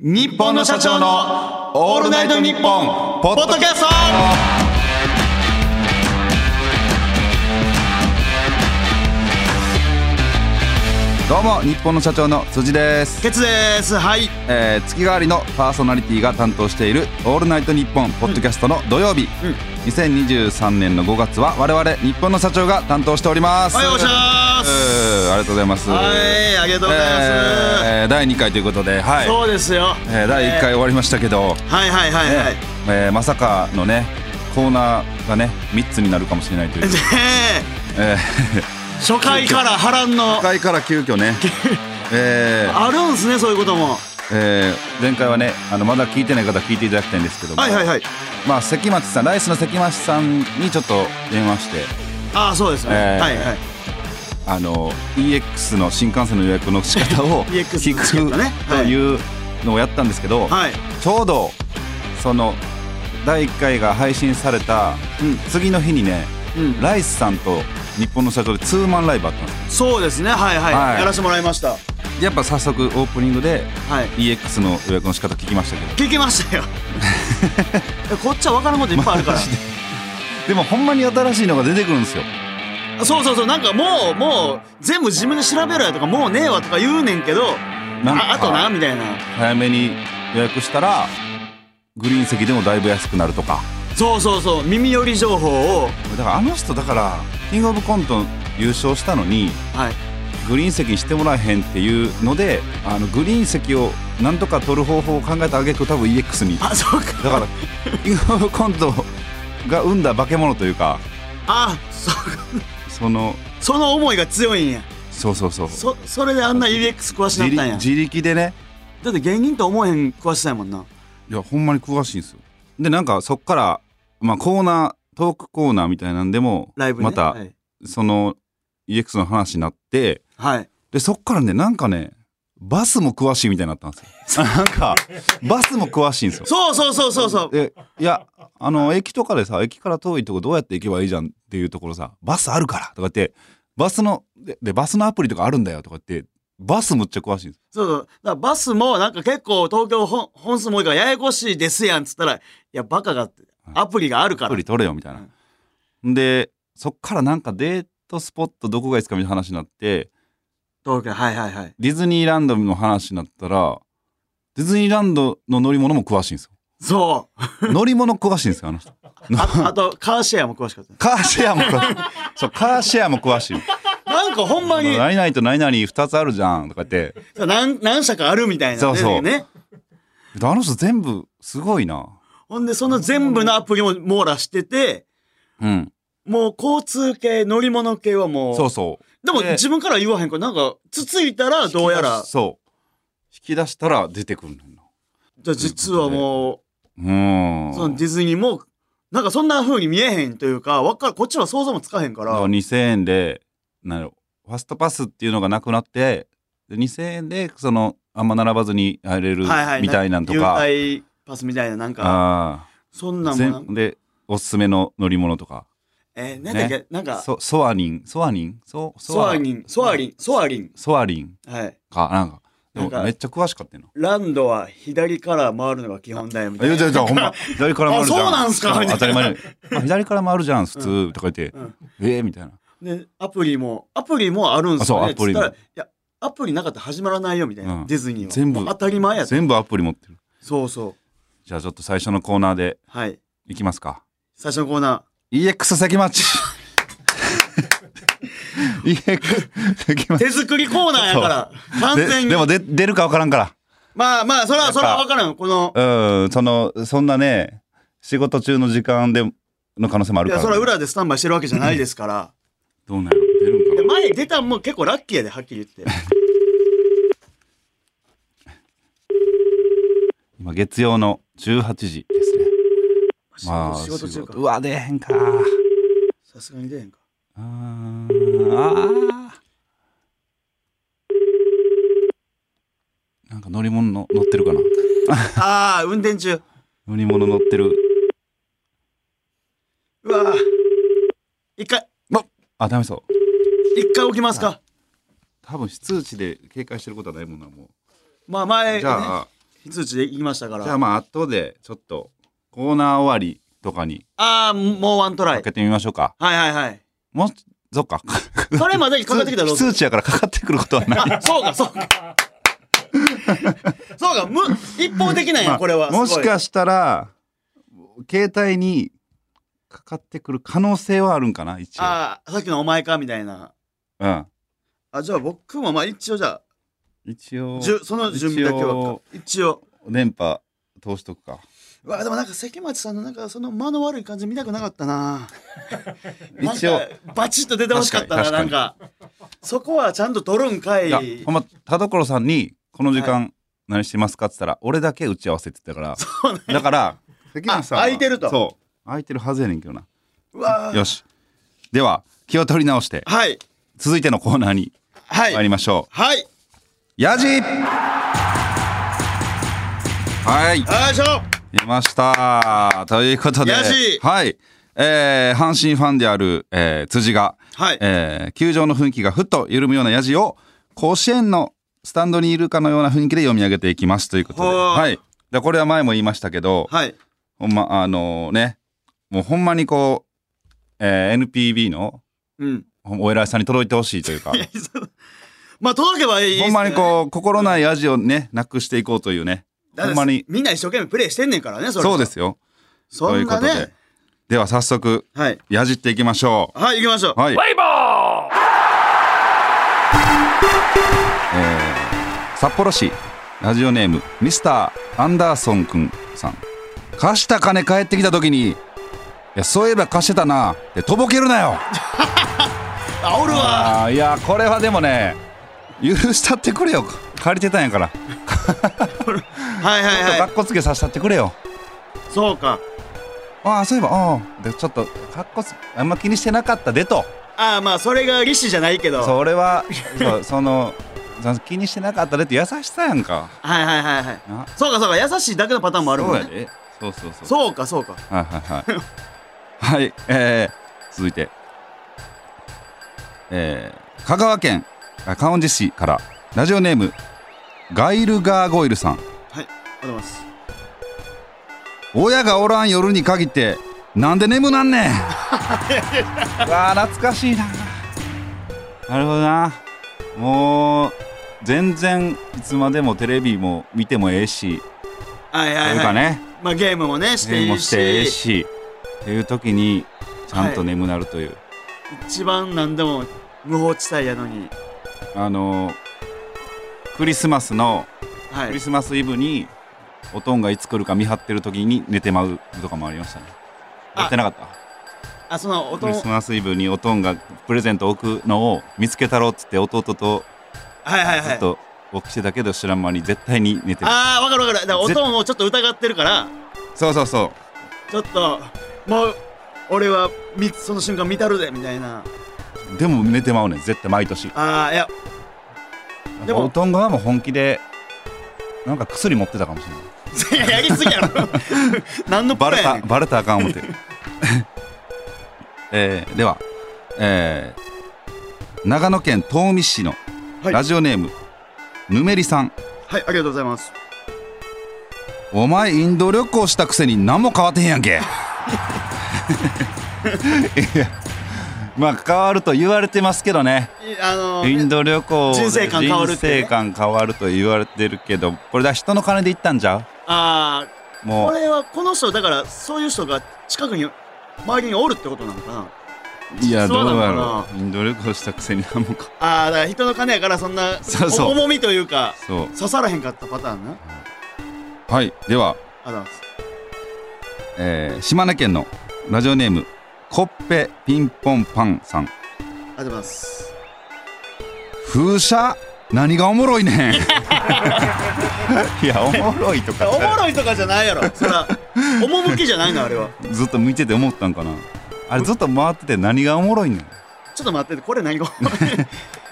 日本の社長のオールナイトニッポンポッドキャストどうも日本の社長の辻です、ケツですはいえー、月替わりのパーソナリティが担当している「オールナイトニッポン」ポッドキャストの土曜日、うん2023年の5月は我々日本の社長が担当しておりますはいお願いしまうーすありがとうございますはいありがとうございますえー第2回ということではい、そうですよえー第1回終わりましたけど、はいはいはいはいねねえーまさかのねコーナーがね3つになるかもしれないというえーえ初回から波乱の初回から急遽 ねえーあるんすねそういうこともえー前回はねあのまだ聞いてない方は聞いていただきたいんですけども、はいはいはいまあ、関町さんライスの関町さんにちょっと電話してああそうですねえーはいはいあの EX の新幹線の予約の仕方 を EX 聞のチケットねくというのをやったんですけど、はいちょうどその第1回が配信されたうん次の日にね、うんライスさんと日本の社長でツーマンライブあったんですそうですねはいははいいやらせてもらいましたはやっぱ早速オープニングでい EX の予約の仕方聞きましたけど聞き ましたよえこっちは分からんこといっぱいあるからでもほんまに新しいのが出てくるんですよそうそうそうなんかもうもう全部自分で調べろやとかもうねえわとか言うねんけどなんあかあとなみたいな早めに予約したらグリーン席でもだいぶ安くなるとかそうそうそう耳寄り情報をだからあの人だからキングオブコント優勝したのにはいグリーン席にしてもらえへんっていうのであのグリーン席をなんとか取る方法を考えた挙句多分 EX にだあ そうかからキングオブコントが生んだ化け物というかあそうかそのその思いが強いんやそうそうそうそそれであんな UX 詳しな自ったん力や自力でねだって芸人と思えへん詳しさやもんないやほんまに詳しいんですよでなんかそっから、まあ、コーナートークコーナーみたいなんでもライブねまた、はい、その EX の話になってはい、でそっからねなんかねバスも詳しいみたいになったんですよ なんかバスも詳しいんですよそうそうそうそうそうでいやあの駅とかでさ駅から遠いとこどうやって行けばいいじゃんっていうところさバスあるからとか言ってバスのででバスのアプリとかあるんだよとか言ってバスむっちゃ詳しいんですそうそうだからバスもなんか結構東京本本数も多いからややこしいですやんっつったらいやバカがってアプリがあるかアらプリ取れよみたいな、でそっからなんかデートスポットどこがいいですかみたいな話になって東京はいはいはいディズニーランドの話になったらディズニーランドの乗り物も詳しいんですよそう乗り物詳しいんですよあの人 ああと、カーシェアも詳しかった。カーシェアも詳しいそうカーシェアも詳しいなんかほんまに、何々と何々2つあるじゃんとか言って何、何社かあるみたいな。そうそうね。であの人全部すごいなほんで、その全部のアプリも網羅してて、うんもう交通系、乗り物系はもう、そうそうでもで自分から言わへんから、なんか、つついたらどうやら、じそう引き出したら出てくるのよゃあ実はもうーう、んそのディズニーも、なんかそんな風に見えへんというか、わっかこっちは想像もつかへんかだからら、 2000円でなんやろファストパスっていうのがなくなってで2000円でそのあんま並ばずに入れるはいはいみたいなんとか、優待パスみたいな、なんか、あそんあなんもなん全でおすすめの乗り物とかえー、なんだっけ、なんか、そソアリンソアリンソソアリン、ソアリン、ソアリン。ソアリンはい。かなんかでなんかもめっちゃ詳しかったよなランドは左から回るのが基本だよみたいいな。やいやいやほんま左から回るじゃんあそうなんすかそうみたいな当たり前にまあ左から回るじゃん普通とか言ってうんええみたいなで、アプリも、アプリもあるんすよ、あそね。うアプリもつったらいや、アプリなかったら始まらないよみたいな、うんディズニーは。全部もう当たり前やと。全部アプリ持ってるそうそう。じゃあちょっと最初のコーナーではい。いきますか最初のコーナ EX 関 町 EX 関ー。町手作りコーナー やから、完全でに。でもで出るか分からんかまあまあ、それは、それは分からん。この、らうんそのそんなね仕事中の時間での可能性もあいるかや、ら、それは裏でスタンバイしてるわけじゃないですから。どうなる出るんいかやな前に出たんも結構ラッキーやで、はっきり言って。今月曜の18時ですねまあ仕事中かう。わ出えへんかさすがに出へんか。あーあーなんか乗り物の乗ってるかなああ、運転中。乗り物乗ってるうわー一回、あダメそう一回起きますか。多分非通知で警戒してることはないもんなもまあ前、うじゃあ非通知で行きましたから。じゃああまあ後でちょっとコーナー終わりとかにあー、もうワントライか。けてみましょうか。はいはいはい。もうそっか。 それまでにかかってきたら非どうする通知やからかかってくることは ない。あ、そうか、そうか。そうか、む、一方的なんまあや、これは。もしすごいかしたら携帯にかかってくる可能性はあるんかな一応。ああ、さっきのお前か、みたいな。うん。あ、じゃあ僕も、まあ一応じゃ一応あ、じゅその準備だけは一応。一応。電波通しとくか。うわでもなんか関町さんのなんかその間の悪い感じ見たくなかった な一応なんかバチッと出てほしかったな確なかんにかそこはちゃんと取るんかいいやほんま田所さんに「この時間何してますか?」っつったら俺だけ打ち合わせって言ったからそうねだから関町さんはあ空いてるとそう空いてるはずやねんけどなうわよしでは気を取り直してはい続いてのコーナーにはい参りましょはいようヤジはいいしょ出ましたということでヤジはいえー阪神ファンである、えー辻がはいえー球場の雰囲気がふっと緩むようなヤジを甲子園のスタンドにいるかのような雰囲気で読み上げていきますということで、ほうはい、でこれは前も言いましたけど、はいほんまあのねもうほんまにこう、えー NPB のうんほんお偉いさんに届いてほしいというかいやそう まあ届けばいいっすねほんまにこう心ないヤジをねなくしていこうというねだってほんまにみんな一生懸命プレイしてんねんからねそれそうですよそんなということねででは早速はいヤジっていきましょうはい行きましょうはいバイバー札幌市ラジオネームミスターアンダーソンくんさん貸した金返ってきた時にいやそういえば貸してたなでとぼけるなよあおるわあーいやこれはでもね許したってくれよ借りてたんやからちはいょっとはいかはっこつけさせたってくれよいそうかああそういえばああでちょっとかっこつあんま気にしてなかったでとああまあそれが利子じゃないけどそれは そうそのその気にしてなかったでって優しさやんかはいはいはいはいなそうかそうか優しいだけのパターンもあるもんそうねやでそうそうそうそうかそうかはいはいはい。はい、えー、続いて、えー、香川県あ観音寺市からラジオネームガイル・ガーゴイルさんはいありがとうございます親がおらん夜に限ってなんで眠なんねんう わあ懐かしいななるほどなもう全然いつまでもテレビも見てもええし、はいはいとはいいうかね、まあゲームもねしてゲームいもいししてええしっていう時にちゃんとはい眠なるという、一番何でも無法地帯やのにあのクリスマスのはクリいスマスイブにおとんがいつ来るか見張ってる時に寝てまうとかもありましたねあやってなかったあそのク音リはいスマスイブにおとんがプレゼント置くのを見つけたろうっつって弟とはいずはっいと起きてたけど知らん間に絶対に寝てる、ああわかるわかるだからぜ音もちょっと疑ってるからそうそうそちょっともう俺はみその瞬間見たるでみたいなうでも寝てまうねん絶対毎年ああいやでもおとんがはもう本気でなんか薬持ってたかもしれないいや やりすぎやろ何のバパレレやたねんバレたらあかん 思ってえーでは、えー長野県東海市のはいラジオネーム、ぬめりさんはいありがとうございますお前インド旅行したくせに何も変わってへんやん けいやまあ変わると言われてますけどねいあのインド旅行で人生観変わるってね人生観変わると言われてるけどこれだ人の金で行ったんじゃああうもこうれはこの人だからそういう人が近くに周りにおるってことなのかないやどうそやうなろのうインド旅行したくせに何も変わああだから人の金やからそんなそうそう重みというかそう刺さらへんかったパターンなはいではあざますえー島根県のラジオネームコッペピンポンパンさんあざます風車何がおもろいねん いやおもろいといやかおもろいとかじゃないやろそら 趣じゃないのあれはずっと見てて思ったんかなあれずっと回ってて何がおもろいねんちょっと待っててこれ何が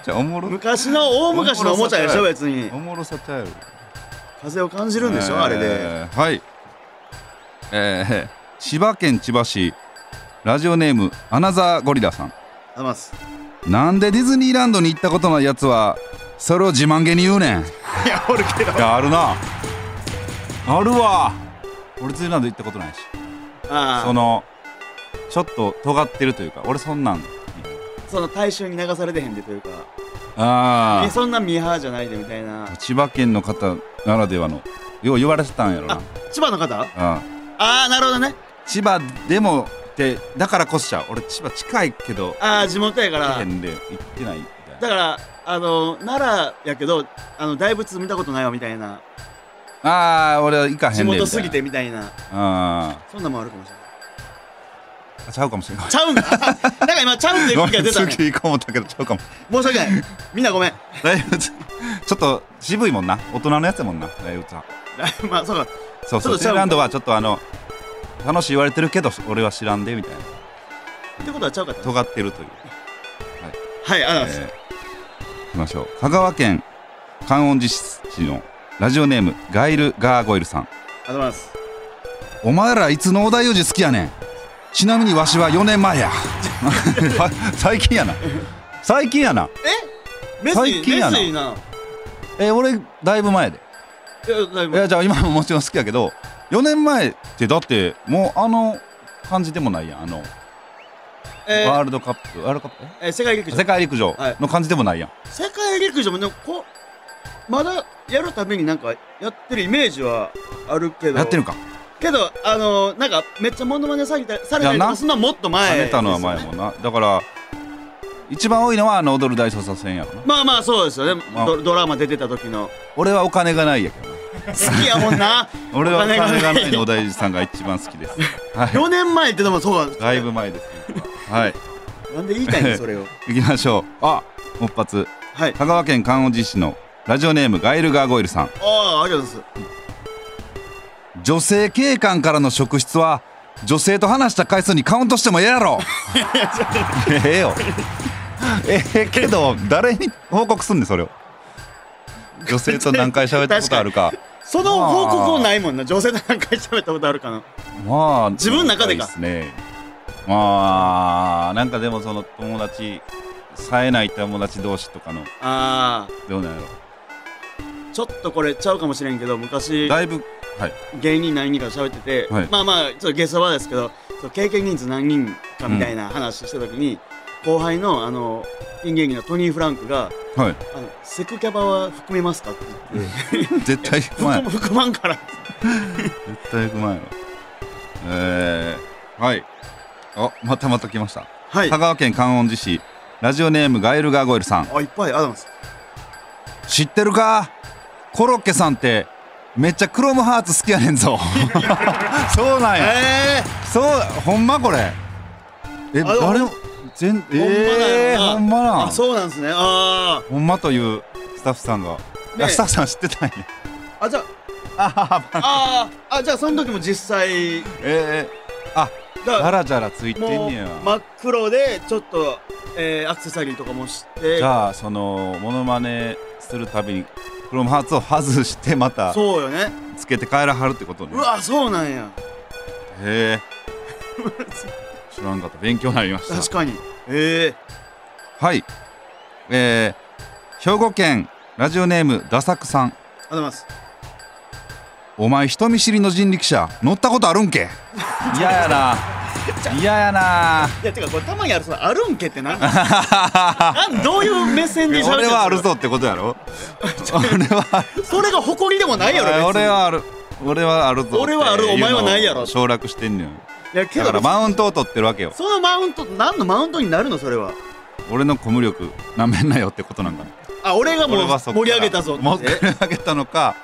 じゃあおもろ昔の大昔のおもちゃでしょ別におもろさちゃう風を感じるんでしょ、あれでえーはいえー千葉県千葉市ラジオネームアナザーゴリラさんあざますなんでディズニーランドに行ったことないやつはそれを自慢げに言うねんいやおるけどいやあるなあるわ俺ツーランド行ったことないしああそのちょっと尖ってるというか俺そんなんその大衆に流されてへんでというかあえそんなミーハーじゃないでみたいなあ千葉県の方ならではのよう言われてたんやろな千葉の方あああなるほどね千葉でもってだからこそちゃう俺千葉近いけどああ地元やから県で行ってないみただいからあの奈良やけどあの大仏見たことないわみたいななああー俺は行かへん地ねんみたい元なすぎてみたいなあそんなんもあるかもしれないーあちゃうかもしれないちゃう んだなんか今ちゃうんっていうご空め気がん出たね次行こう思ったけどちゃうかも申し訳ないみんなごめん 大仏ちょっと渋いもんな大人のやつやもんな大仏はまあそうかそうちょそっうとテちゃうーランドはちょっとあの楽しい言われてるけど俺は知らんでみたいなってことはちゃうかった尖ってるというはいありがとうございます、えー、いきましょう香川県観音寺市のラジオネームガイル・ガーゴイルさんありがとうございますお前らいつの大王子好きやねんちなみにわしは4年前や 最近やな最近やなメスい最近やなメスいなえー俺だいぶ前でいやだいいぶやじゃあ今ももちろん好きやけど4年前ってだってもうあの感じでもないやんあのえワーールドカップワールドカップええー世界陸上世界陸上はいの感じでもないやん、世界陸上もでもこうまだやるためになんかやってるイメージはあるけどやってるんかけどあのー、なんかめっちゃモノマネされたされたりといやかなそんなもっと前跳ねたのは前ですよねもんなだから一番多いのはあの踊る大捜査線やろなまあまあそうですよね、まあドドラマ出てた時の俺はお金がないやけどな好きやも んな俺はお金お金ががなないいのお大事さんが一番好きです はい4年前ってでもそうだいぶ前ですはいなんで言いたいのそ れを行きましょうあもっぱつはい香川県観音寺市のラジオネームガイル・ガーゴイルさんああありがとうございます女性警官からの職質は女性と話した回数にカウントしてもええや ろええよええけど誰に報告すんねんそれを女性と何回喋ったことあるかその報告もないもんな女性と何回喋ったことあるかなまあ自分の中でかいいすねまあなんかでもその友達冴えない友達同士とかのあどうなんやーちょっとこれちゃうかもしれんけどろ昔だいぶはい芸人何人か喋ってて、はいまあまあちょっとゲスト場ですけどそう経験人数何人かみたいな話した時に、後輩のあのピン芸人のトニー・フランクはがい「あのセクキャバは含めますか?」って言って絶 対「不含満む含まんから」絶対不満やろえー、はいあまたまた来ましたはい香川県観音寺市ラジオネームガエルガーゴイルさんあいっぱいありがとうございます知ってるかコロッケさんってめっちゃクロムハーツ好きやねん ぞそうなんやえそうほんまこれえあ誰も全ええーほほんんままなんやろななあんそうなんですねあほんまというスタッフさんが、ねあスタッフさん知ってたんやああじゃああはははあーあじゃあその時も実際えー、あがだらじゃらついてんもうねや、真っ黒でちょっと、えーアクセサリーとかもしてじゃあそのモノマネするたびにクロムハーツを外してまたそうよねつけて帰らはるってことねうわそうなんやへえ知らんかった勉強になりました確かにええはいえー、兵庫県ラジオネームダサクさんありがとうございますお前人見知りの人力車乗ったことあるんけ嫌やな嫌やないやてかこれたまにあるそのあるんけって なんなんなんどういう目線で喋ってん俺のはあるぞってことやろ俺はそれが誇りでもないやろ別に俺はある俺はあるぞって俺はあるお前はないやろいうのを省略してんねんいやけだどからマウントを取ってるわけよそのマウント何のマウントになるのそれは俺のコ無力なめんなよってことなんかなあ俺がも俺うはそっか盛らり上げたぞってもう盛り上げたのか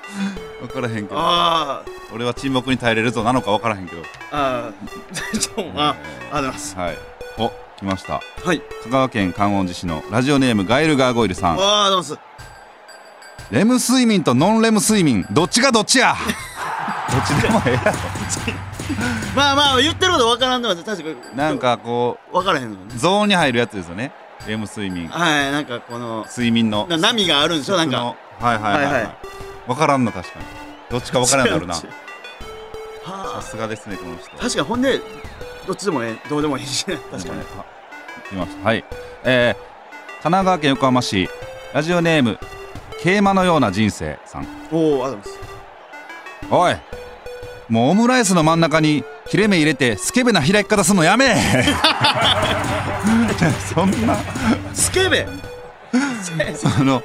分からへんけどあ俺は沈黙に耐えれるぞなのか分からへんけどーあー ちょっとえあありがとうございますーはいお来ましたはい香川県観音寺市のラジオネームガイル・ガーゴイルさんああどうもすレム睡眠とノンレム睡眠どっちがどっち やどっちでもええやまあまあ言ってることわからんでも確かにろなんかこわからへんのねうゾーンに入るやつですよねレム睡眠はいなんかこの睡眠のな波があるんでしょなんかのはいはいはい、ははいいはい分からんな確かにどっちか分からんだ ろうなはさあすがですねこの人確かにほんでどっちでもええどうでもいいし確かに、ね。いました。はい。えー、神奈川県横浜市ラジオネーム桂馬のような人生さん。おおありがとうございますおい、もうオムライスの真ん中に切れ目入れてスケベな開き方すんのやめ えそんなスケベあの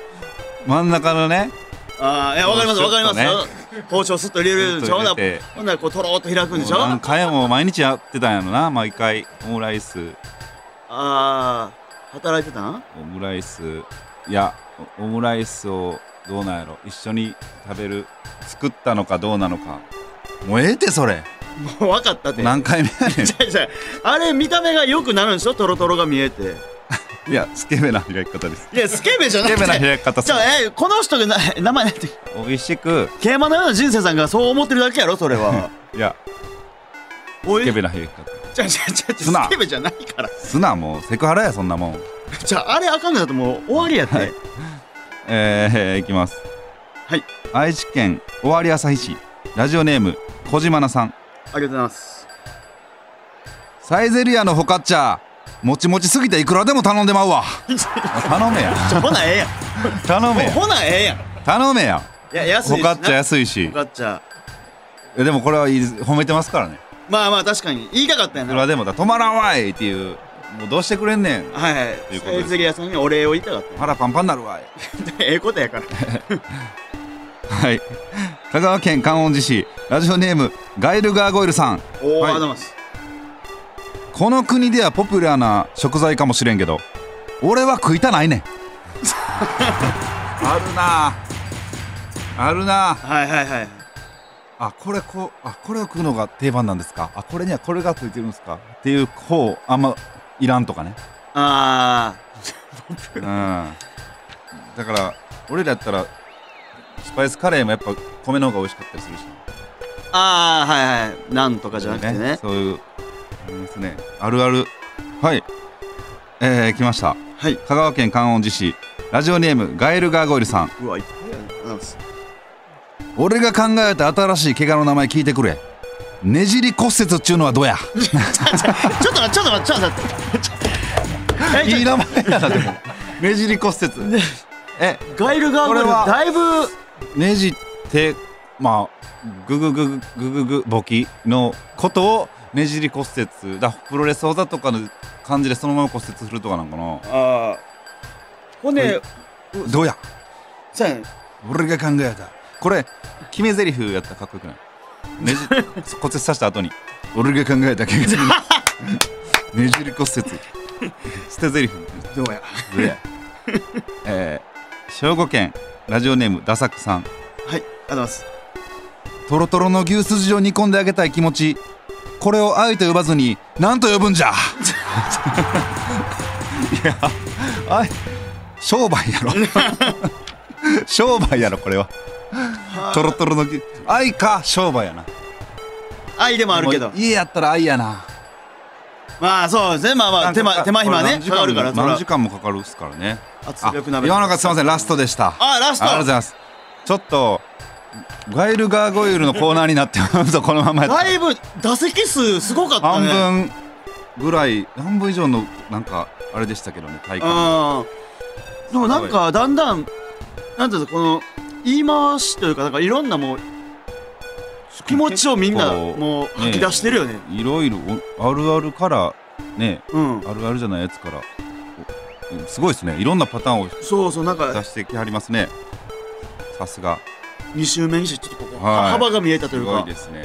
真ん中のね ああいやわかりますわかりますちよょ包丁すっと入れるでしょスほッんなと入られてほんならこうとろーっと開くんでしょ何回も毎日やってたんやろな毎回オムライスああ働いてたんオムライスいやオオムライスをどうなんやろ一緒に食べる作ったのかどうなのかもうええってそれもう分か ったって何回目やねじゃあじゃああれ見た目が良くなるんでしょトロトロが見えてんいやスケベな開き方ですいやスケベじゃスなケくベなて開き方じゃあえこの人がな名前なんて美味しく競馬のような人生さんがそう思ってるだけやろそれ はいやおスケいじゃベな開き方あじゃあじゃあすなスケベじゃないからすなもうセクハラやそんなもんじゃああれあかんのだともう終わりやって、はいえー、 いきますはい愛知県尾張旭市ラジオネーム小島菜さんありがとうございますサイゼリアのフォカッチャもちもちすぎていくらでも頼んでまう わ頼めやじゃあほなええやん頼めもうやほなええやん頼めやいや安いフォカッチャし安いしなフォカッチャえでもこれはいい褒めてますからねまあまあ確かに言いたかったやいなくはらいでもだ止まらんわいっていうもうどうしてくれんねんはいということえでー釣り屋さんにお礼を言いたかったよ腹パンパンなるわい ええことやからはい香川県観音寺市ラジオネームガイル・ガーゴイルさんはいおお、ありがとうございますこの国ではポピュラーな食材かもしれんけど俺は食いたないねん あるなああるなあはいはいはいあこれこうあこれを食うのが定番なんですかあこれにはこれがついてるんですかっていう方あんまいらんとか ねあうんだから俺らやったらスパイスカレーもやっぱ米の方が美味しかったりするしーあーはいはいなんとかじゃなくてねそういうありますねあるあるはいえー、来ましたはい香川県観音寺市ラジオネームガエル・ガーゴイルさんうわいっぱいありがとうございます俺が考えた新しい怪我の名前聞いてくれねじり骨折っちゅうのはどうやちょっと待ってちょっと待ってちょっと待ってえいいち名ょ前やなで もねじり骨折えガイルガーゴルこれはだいぶねじってまあグググググググボキのことをねじり骨折だプロレス技とかの感じでそのまま骨折するとかなんかなああ骨、はどうやさやね俺が考えたこれ決め台詞やったらかっこよくないねじ 骨折させた後に俺が考えた怪我 ねじり骨折 捨て台詞どうやどれ えー、兵庫県ラジオネームダサクさんはいありがとうございますトロトロの牛すじを煮込んであげたい気持ちこれを愛と呼ばずに何と呼ぶんじゃ いや愛商売やろ 商売やろこれはトロトロの牛愛か商売やな愛でもあるけどでも家やったら愛やなまあそうですねまあまあ手間手間暇ねかかるからそら何時間もかかるっすからね圧あ力世鍋の中すいませんラストでしたあラストありがとうございますちょっとガイル・ガーゴイルのコーナーになってますとこのままやったらだいぶ打席数すごかった半ね分ぐらい半分以上のなんかあれでしたけどね体感うんでもなんかだんだんなんていうのこの言い回しというかなんかいろんなもう気持ちをみんな結構もう吐き出してるよねいろいろおあるあるからねうんあるあるじゃないやつからおすごいですねいろんなパターンをそうそうなん出かしてきはりますねさすが2周目にしてちょっとここ、はい幅が見えたといすうごかいですね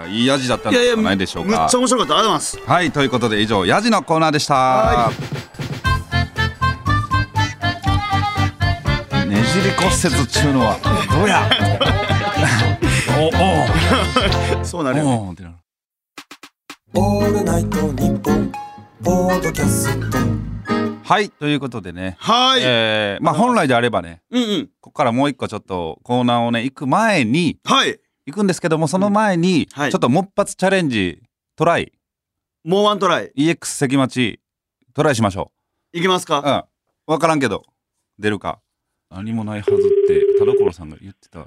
あいい味だったんいじやいゃやないでしょうめっかちゃ面白かったありがとうございますはいということで以上ヤジのコーナーでしたはねじり骨折っちゅうのはどう やそうなおるよねおおおってなるオールナイトニッポンポッドキャストはいということでね、はーい、えーまあ本来であればねうんうんここからもう一個ちょっとコーナーをね行く前にはい行くんですけどもその前に、うんはいちょっともっぱつチャレンジトライもうワントライ EX 関町トライしましょいきますううかん分からんけど出るか何もないはずって田所さんが言ってた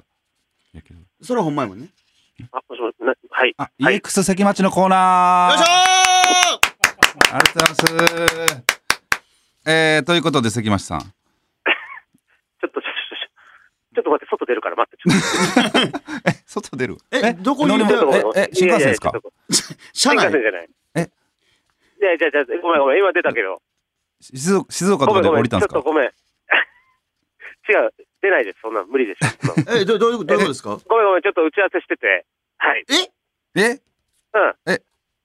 やけどそれはほんまやもんねよあ、もしもし、なはい。あ、はい EX 関町のコーナーいしょーありがとうございますえー、ということで関町さんちょっと、ちょっと、ちょっちょっと待って、外出るから待って、ちょっと。え、外出るえどこに乗りいや物い え、え、新幹線ですかいやいやちょっと車新幹線内じゃない。えいやいやいや、ごめんごめん、今出たけど。静岡静岡とごかめんでご降めん、りちたょんっですかとごめん。違 う、出ないです、そんな無理です。そんなのえどどういうどういうことですか ごめんごめん、ちょっと打ち合わせしてて。はい。 ええうん。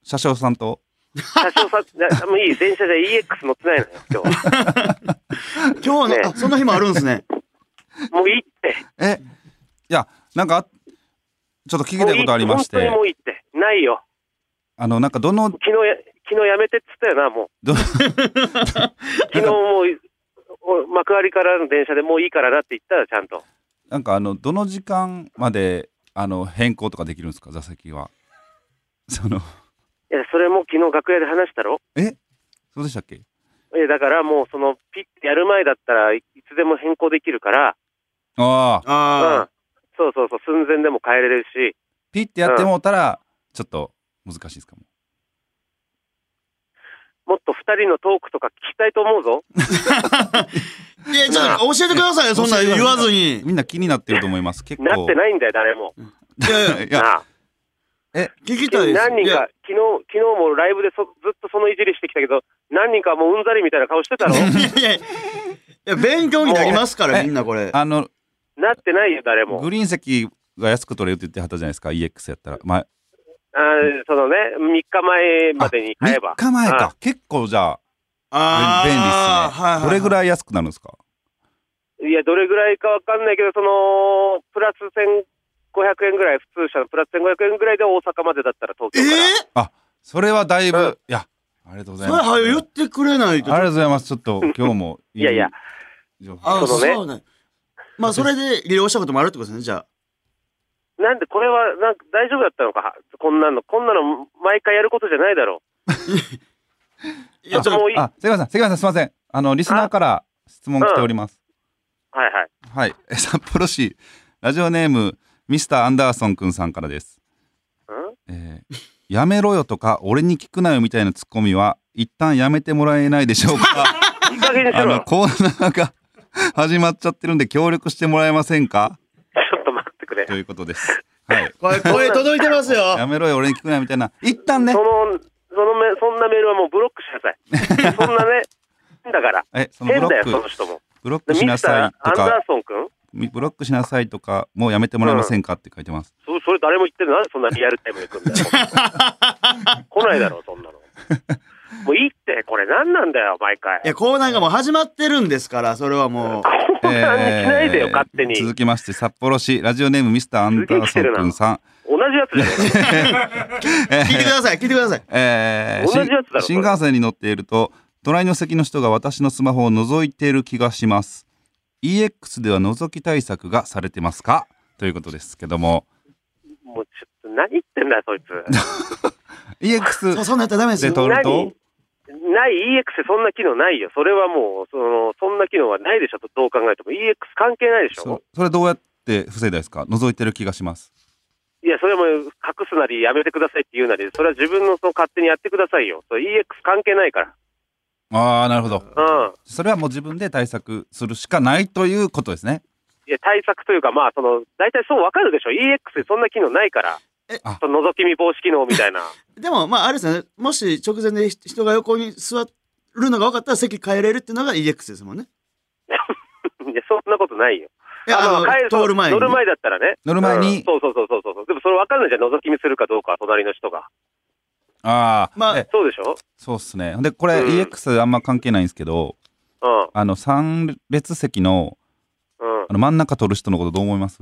車掌さんと多少さ、なもういい、電車で EX 乗ってないのよ、今日。 今日の、あそんな日もあるんですねもういいって。え、いや、なんか、ちょっと聞きもたいういこいとありまし本当にても、ういいって。ないよ。あの、なんか、どの、昨日や、昨日やめてっつったよ な、もう。ど、昨日もう、お幕張からの電車でもういいからなって言ったら、ちゃんと。なんか、あの、どの時間まで、あの、変更とかできるんですか、座席は。その、いや、それも昨日楽屋で話したろえそうでしたっけえだからもうそのピッてやる前だったらいいつでも変更できるから、ああ、うんあ、そうそうそう寸前でも変えれるしピッてやってもうたら、ちょっと難しいですかも。もっと2人のトークとか聞きたいと思うぞあいやちょっと教えてくださいよそんなん言わずにみんな気になってると思います、結構。 なってないんだよ誰もいやいやいや、なあ聞きたいです何い人やか昨日昨日もライブでそずっとそのいじりしてきたけど何人かもううんざりみたいな顔してたろいやいや勉強になりますからえみんなこれあの、なってないよ誰もグリーン席が安く取れるって言ってはったじゃないですか EX やったら、まあ、あーそのね3日前までに買え3ば日前あか結構じゃああべ便利っすね、ーはいはいはいどれぐらい安くなるんですかいやどれぐらいかわかんないけどそのプラス1500円ぐらい普通車のプラス1500円ぐらいで大阪までだったら東え京から。それはだいぶ、うんいやありがとうござー、いそれます早言ってくれないありとがとうございますちょっと今日もいやいや情報あそのねそうねまあそれで利用したこともあるってことですねじゃあなんでこれはなんか大丈夫だったのかこんなのこんなの毎回やることじゃないだろいやちょっともういいはあ関川さん関川さんすいませんあのリスナーから質問来ております、いはいはいえ札幌市ラジオネームミスターアンダーソンくんさんからですうんえーやめろよとか俺に聞くなよみたいなツッコミは一旦やめてもらえないでしょう かいい加減にしあろのよコーナーが 始まっちゃってるんで協力してもらえませんかちょっと待ってくれということですはいこれ声届いてますよやめろよ俺に聞くなよみたいな一旦ねそのそのめそんなメールはもうブロックし なさいそんなね変だからえそのブ変ロだッよそのク人もブロッでクしミなスターアさンいとダかーソン君みブロックしなさいとかもうやめてもらえませんかって書いてます、そそれ誰も言ってるなんでそんなリアルタイムで来る んだよ来ないだろそんなのもういいってこれ何なんだよ毎回いやコーナーがもう始まってるんですからそれはもう こんなにしないでよ、勝手に続きまして札幌市ラジオネームミスターアンダーソンくんさん同じやつじゃない 聞いてください聞いてください えー同じやつだろしこ新れ幹線に乗っていると隣の席の人が私のスマホを覗いている気がします EX では覗き対策がされてますかということですけどももうちょっと何言ってんだよそいつそう EX そんなんやったらダメですでよ撮ると何ない EX そんな機能ないよそれはもうそのそんな機能はないでしょとどう考えても EX 関係ないでしそょそれどうやって防いだですか覗いてる気がしますいやそれも隠すなりやめてくださいって言うなりそれは自分のその勝手にやってくださいよそれ EX 関係ないからああなるほどうんそれはもう自分で対策するしかないということですねいや対策というかまあその大体そうわかるでしょ EX そんな機能ないからえあその覗き見防止機能みたいな でもまああれですよねもし直前でひ人が横に座るのが分かったら席変えれるっていうのが EX ですもんねいやそんなことないよいやあの帰る通る前に乗る前だったらね乗る前に、うんそうそうそうそうそうでもそれわかるないじゃん覗き見するかどうか隣の人がああ、まあえそうでしょそうっすねでこれうん EX あんま関係ないんですけどうあの3列席のんうんあの真ん中取る人のことどう思い ます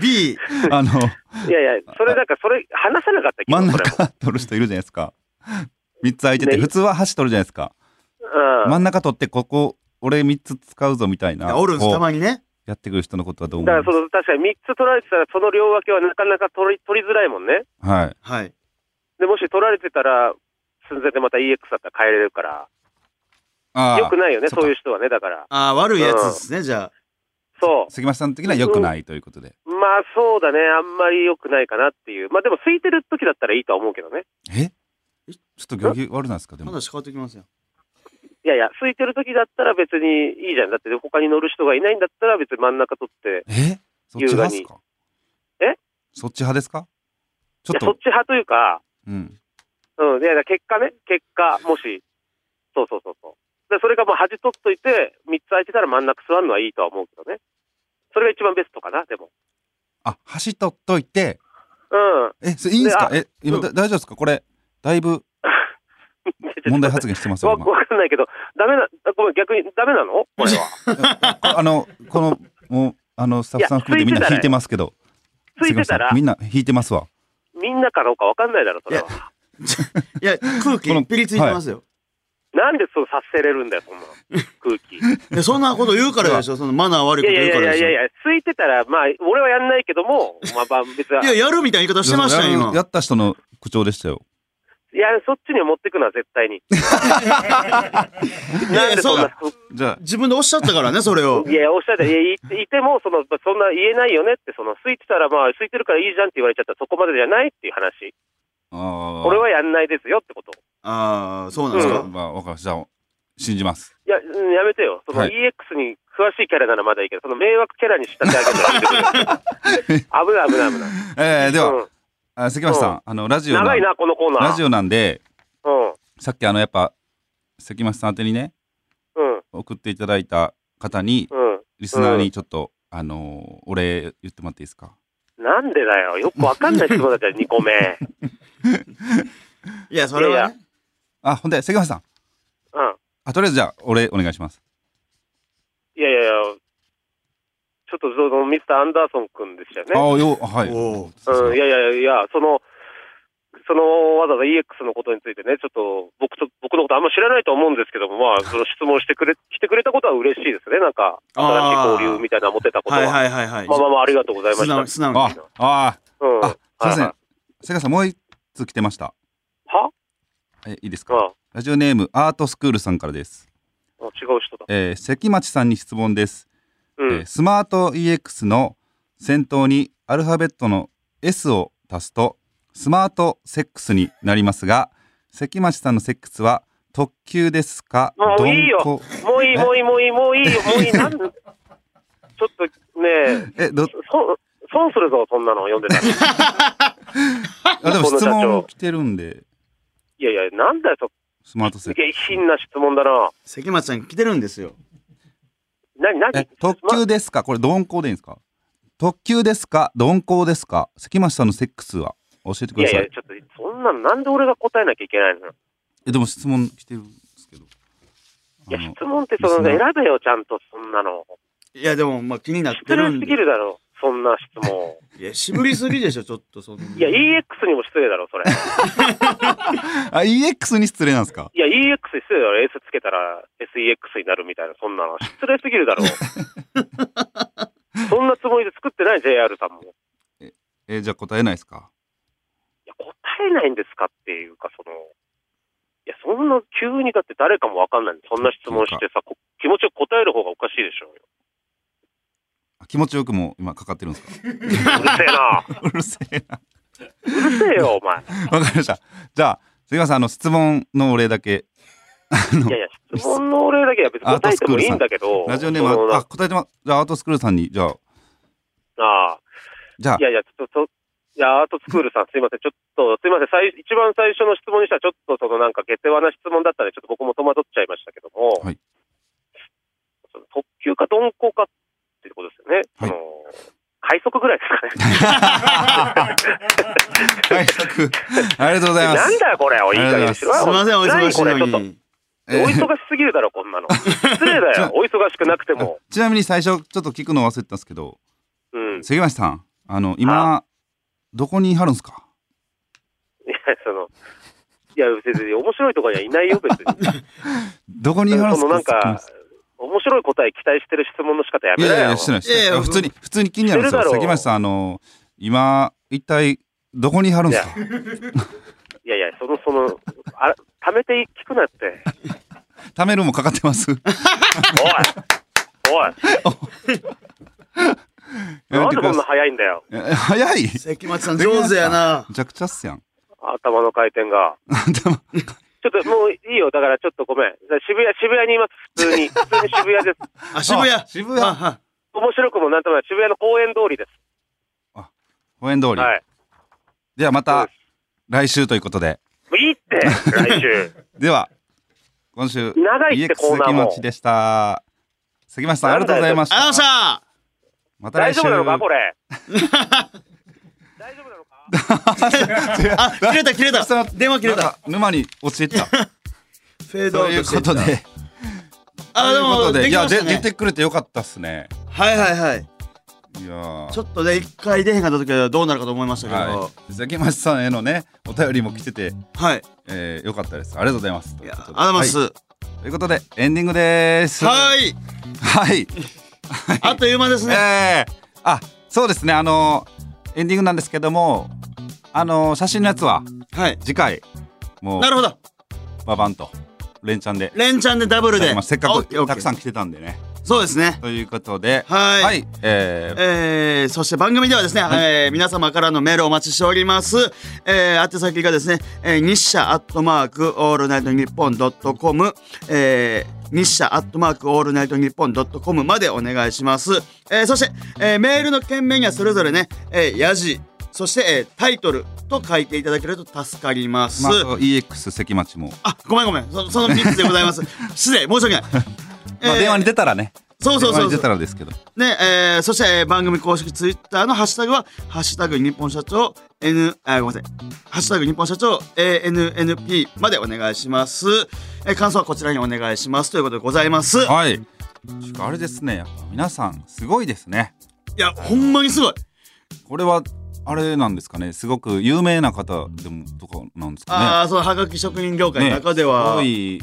B あのいやいや、それだから、それ、話さなかったけど、真んこれも中取る人いるじゃないですか3つ空いててね普通は箸取るじゃないですかうん。真ん中取ってここ俺3つ使うぞみたいいなやおるんですこうたまにねやってくる人のことはどう思だかいらそますの確かに3つ取られてたら、その両脇はなかなか取り取りづらいもんね。はいはいでもし取られてたら、寸前でまた EX だったら変えれるから、あよくないよね、そっかそういう人はね、だから。ああ悪いやつですねじゃそ杉間さん的にはよくないということで、う。まあそうだね、あんまり良くないかなっていう。まあでも、空いてる時だったらいいとは思うけどね。えちょっと行儀悪なんですかであまもだ叱ってきますよいいやいや、空いてる時だったら別にいいじゃん。だって他に乗る人がいないんだったら別に真ん中取って。えそっち派っすか優雅にえそっち派ですかちょいっや、そと、っち派というか、うん。うん、いや、だから結果ね、結果、もし。そうそうそうそう。で、それがもう端取っといて、3つ空いてたら真ん中座るのはいいとは思うけどね。それが一番ベストかな、でも。あ、走っとっといて、うん。え、それいいんすかでえ、今、うんだ大丈夫ですかこれ、だい ぶ問題発言してますよ、わ今。わかんないけど、ダメな、あごめん、逆にダメなのこ れは。あの、この、もう、あの、スタッフさん含めてみんな引いてますけど、ついてたらすい、ませんみんな引いてますわ。みんなかどうかわかんないだろ、それは。いや、空気このピリついてますよ。なんでそう察せれるんだよ、そんなの空気。いいやそんなこと言うからでしょ、そのマナー悪いこやとい言うやからいやでいしょ。やいいや、ついてたら、まあ、俺はやんないけども、まあまあ、別に、や、やるみたいな言い方してましたよ、や今る。やった人の口調でしたよ。いや、そっちには持ってくのは絶対に。いやいなんやでそんそうな、じゃあ、自分でおっしゃったからね、それをい。やいや、おっしゃって、いやいいても、その、まあそんな言えないよねって、その、空いてたら、まあ、空いてるからいいじゃんって言われちゃったら、そこまでじゃないっていう話。あ俺はやんないですよってこと。ああ、そうなんあでーすそか。うまあ、わかりましたじゃあ、信じます。いや、うんやめてよ。そのは EX いに詳しいキャラならまだいいけど、その迷惑キャラに仕立て上げたらやめてくれ危ない危ない危ない。えー、でうは、んあ関町さ、うんあの、ラジオの長いな、このコーナー。ラジオなんで、うん。さっきあの、やっぱ、関町さん宛てにね、うん。送っていただいた方に、うん。リスナーにちょっと、あのー、お礼言ってもらっていいですかなんでだよ。よくわかんない質問 だったよ、2個目。いや、それはね。あ、ほんで、関町さん。うん。あ、とりあえずじゃあ、お礼お願いします。いやいやいや、ちょっとそのミスターアンダーソン君でしたよね。ああ、よ、あはい。おううん、いやいやいや、その、そのわざわざ EX のことについてね、ちょっと僕と僕のことあんま知らないと思うんですけども、まあ、その質問してくれ、来てくれたことは嬉しいですね、なんか、あー新しい交流みたいなの持てたことは。はいはいはいはい。まあまあまあ、ありがとうございま素した。う直んに、。素直に。あ、あ、あ、すいませんは。関町さん、もう一通来てました。はえ、いいですうかラジオネームアートスクールさんからです、んあ違う人だ。えー、関町さんに質問です、うえーん。スマート EX の先頭にアルファベットの S を足すとスマートセックスになりますが関町さんのセックスは特急ですかもういいよどんこもういい、もういい、もういい、もういいよ、もういい、なんちょっとね、えどそ損するぞ、そんなの読んでたら。あでもこの質社問長来てるんでいやいや、なんだよ、そスマートセック下品な質問だな。関町さん来てるんですよ。なになスえに特急ですかこれ鈍行でいいんですか特急ですか鈍行ですか関町さんのセックスは教えていくだやさいいや、ちょっと、そんなの、なんで俺が答えなきゃいけないのよ。えでも質問来てるんですけどいや、あの質問ってその、リス選ナべよ、ちゃんと、そんなの。いや、でも、まあ気になって失る礼んすでぎ。るだろ、そんな質問。いや、渋りすぎでしょ、ちょっと、そんな。いや、EX にも失礼だろ、それ。いあ、EX に失礼なんですかや、EX に失礼だろ、S つけたら SEX になるみたいな、そんなの。失礼すぎ るだろ。そんなつもりで作ってない、JR さんも。いえーじゃあ答えないですかや、答えないんですかっていうか、その、いや、そんな急にだって誰かもわかんないのにそんな質問してさ、こ気持ちよく答える方がおかしいでしょうよ。あ気持ちよくもう今かかってるんですか うるせえな。うるせえな。うるせえよ、お前。わかりました。じゃあ、すみません、あの、質問のお礼だけ。いやいや、質問のお礼だけは別に答えてもいいんだけど、ラジオネーそム、のあ、答えてます。じゃあ、アートスクールさんに、じゃあ、あじゃあ い、やいや、ちょっと、いや、アートスクールさん、すいません、ちょっと、すいません、最一番最初の質問にしたら、ちょっとそのなんか、下世話な質問だったんで、ちょっと僕も戸惑っちゃいましたけども、はいその特急か鈍行かっていうことですよね。はいその快速ぐらいですかね。快速。ありがとうございまなんす。だよ、これ、おいい加減にしろよ。すみません、お忙しい何のこれちょっとに。お忙しすぎるだろ、こんなの。 失礼だよ、お忙しくなくても。ちなみに最初、ちょっと聞くの忘れてたんですけど、うん。関町さん、あの、今、どこにいはるんですかいや、その、いや、別に面白いとかにはいないよ、別に。どこにいはるんですそかのなん関か町さ、面白い答え期待してる質問の仕方やんいめやないよ。やいや、してない、してないいやいや普通に、普通に気になるんですよ。してるだろ関町さん、あの、今、一体、どこにいはるんですかいやいや、その、その、あ貯めて聞くなって。貯めるもかかって ます。おいおいやなめんてくでこだんさない早いんだよ。え早い。関町さん上手やな。 めちゃくちゃっすやん。頭の回転が。頭ちょっともういいよ。だからちょっとごめん。渋谷、渋谷にいます。普通に。普通に渋谷です。あ、渋谷。あ渋谷あは面白くもなんともない。渋谷の公園通りです。公園通り、はい。ではまそうたで来週ということでもういいって、来週。では今週長いってコーナーも関町でした関町さんありがとうございましありがとうございましたた。また大来週丈夫なのかこれ。大丈夫なのかあ、切れた切れたさ。電話切れなんた。か沼に落ちて いったフェードとアウいうトしていこったとであ、とでいうことも、ででいきやましでた出てね。くれてよかったっすねはいはいはい。いやーちょっとね、一回出へんかった時はどうなるかと思いましたけどは。い関町さんへのねお便りも来てて、はい。えー、よかったですありがとうございますいや、ありがとうとございます。いうことではいということでエンディングですはい。はいあっという間ですね。えーあそうですねあのエンディングなんですけどもあの写真のやつははい。次回もうなるほど。ババンと連チャンで連チャンでダブルでまあ。せっかオッケーオくたッケーくさん来てたんでねそうですね。ということではいえーえーそして番組ではですね、えー皆様からのメールをお待ちしております。えー、宛先がですね、えー、日社アットマークオールナイトニッポンドットコム、えー、日社アットマークオールナイトニッポンドットコムまでお願いします。えーそして、えーメールの件名にはそれぞれね、えー、やじ、そして、えータイトルと書いていただけると助かります。まあ、そう EX 関町も、あ、ごめんごめん。そその3つでござ います。失礼、申し訳ない。まあ、電話に出たらねそうそうそうそう電話に出たらですけどねえーそして、えー番組公式ツイッターのハッシュタグは「ハッシュタグ日本社長 N」あごめんなさい「ハッシュタグ日本社長 ANNP」までお願いします、えー感想はこちらにお願いしますということでございますいはいしかもあれですねやっぱ皆さんすごいですねやほんまにすごいこれはあれなんですかねすごく有名な方でもとかなんですかねああそのはがき職人業界の中では、ね、すごい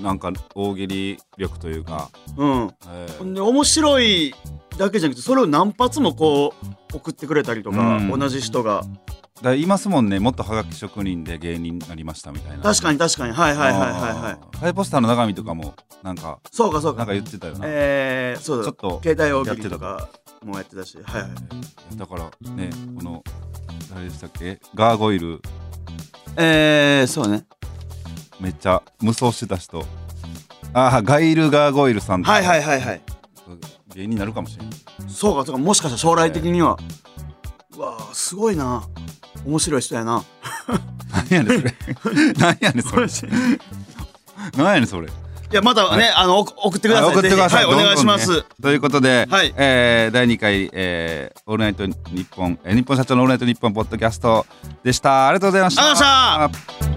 なんか大喜利力というか、うんえーほんで面白いだけじゃなくてそれを何発もこう送ってくれたりとか、うん同じ人がだから言いますもんねもっとはがき職人で芸人になりましたみたいな確かに確かにはいはいはいはいはいいハイポスターの中身とかもなんかそうかそうなんかか言ってたよな、えー、そうだちょっと携帯大喜利とかもやってたしはいはいだからねこの誰でしたっけガーゴイルえー、そうね。めっちゃ無双してた人ああガイル・ガーゴイルさんとかはいはいはいはい。芸人になるかもしれないそうかそうか、もしかしたら将来的には。うわあ、すごいな。面白い人や な。何やねん それ何やねんそれ何やねんそれいや、またね、あの、おく送ってください。はい送ってくださいぜひはい、お願いしまどんどす。ということで、はいえー第2回、えーオールナイトニッポン」えー「日本社長のオールナイトニッポン」ポッドキャストでしたありがとうございましたありがとうございました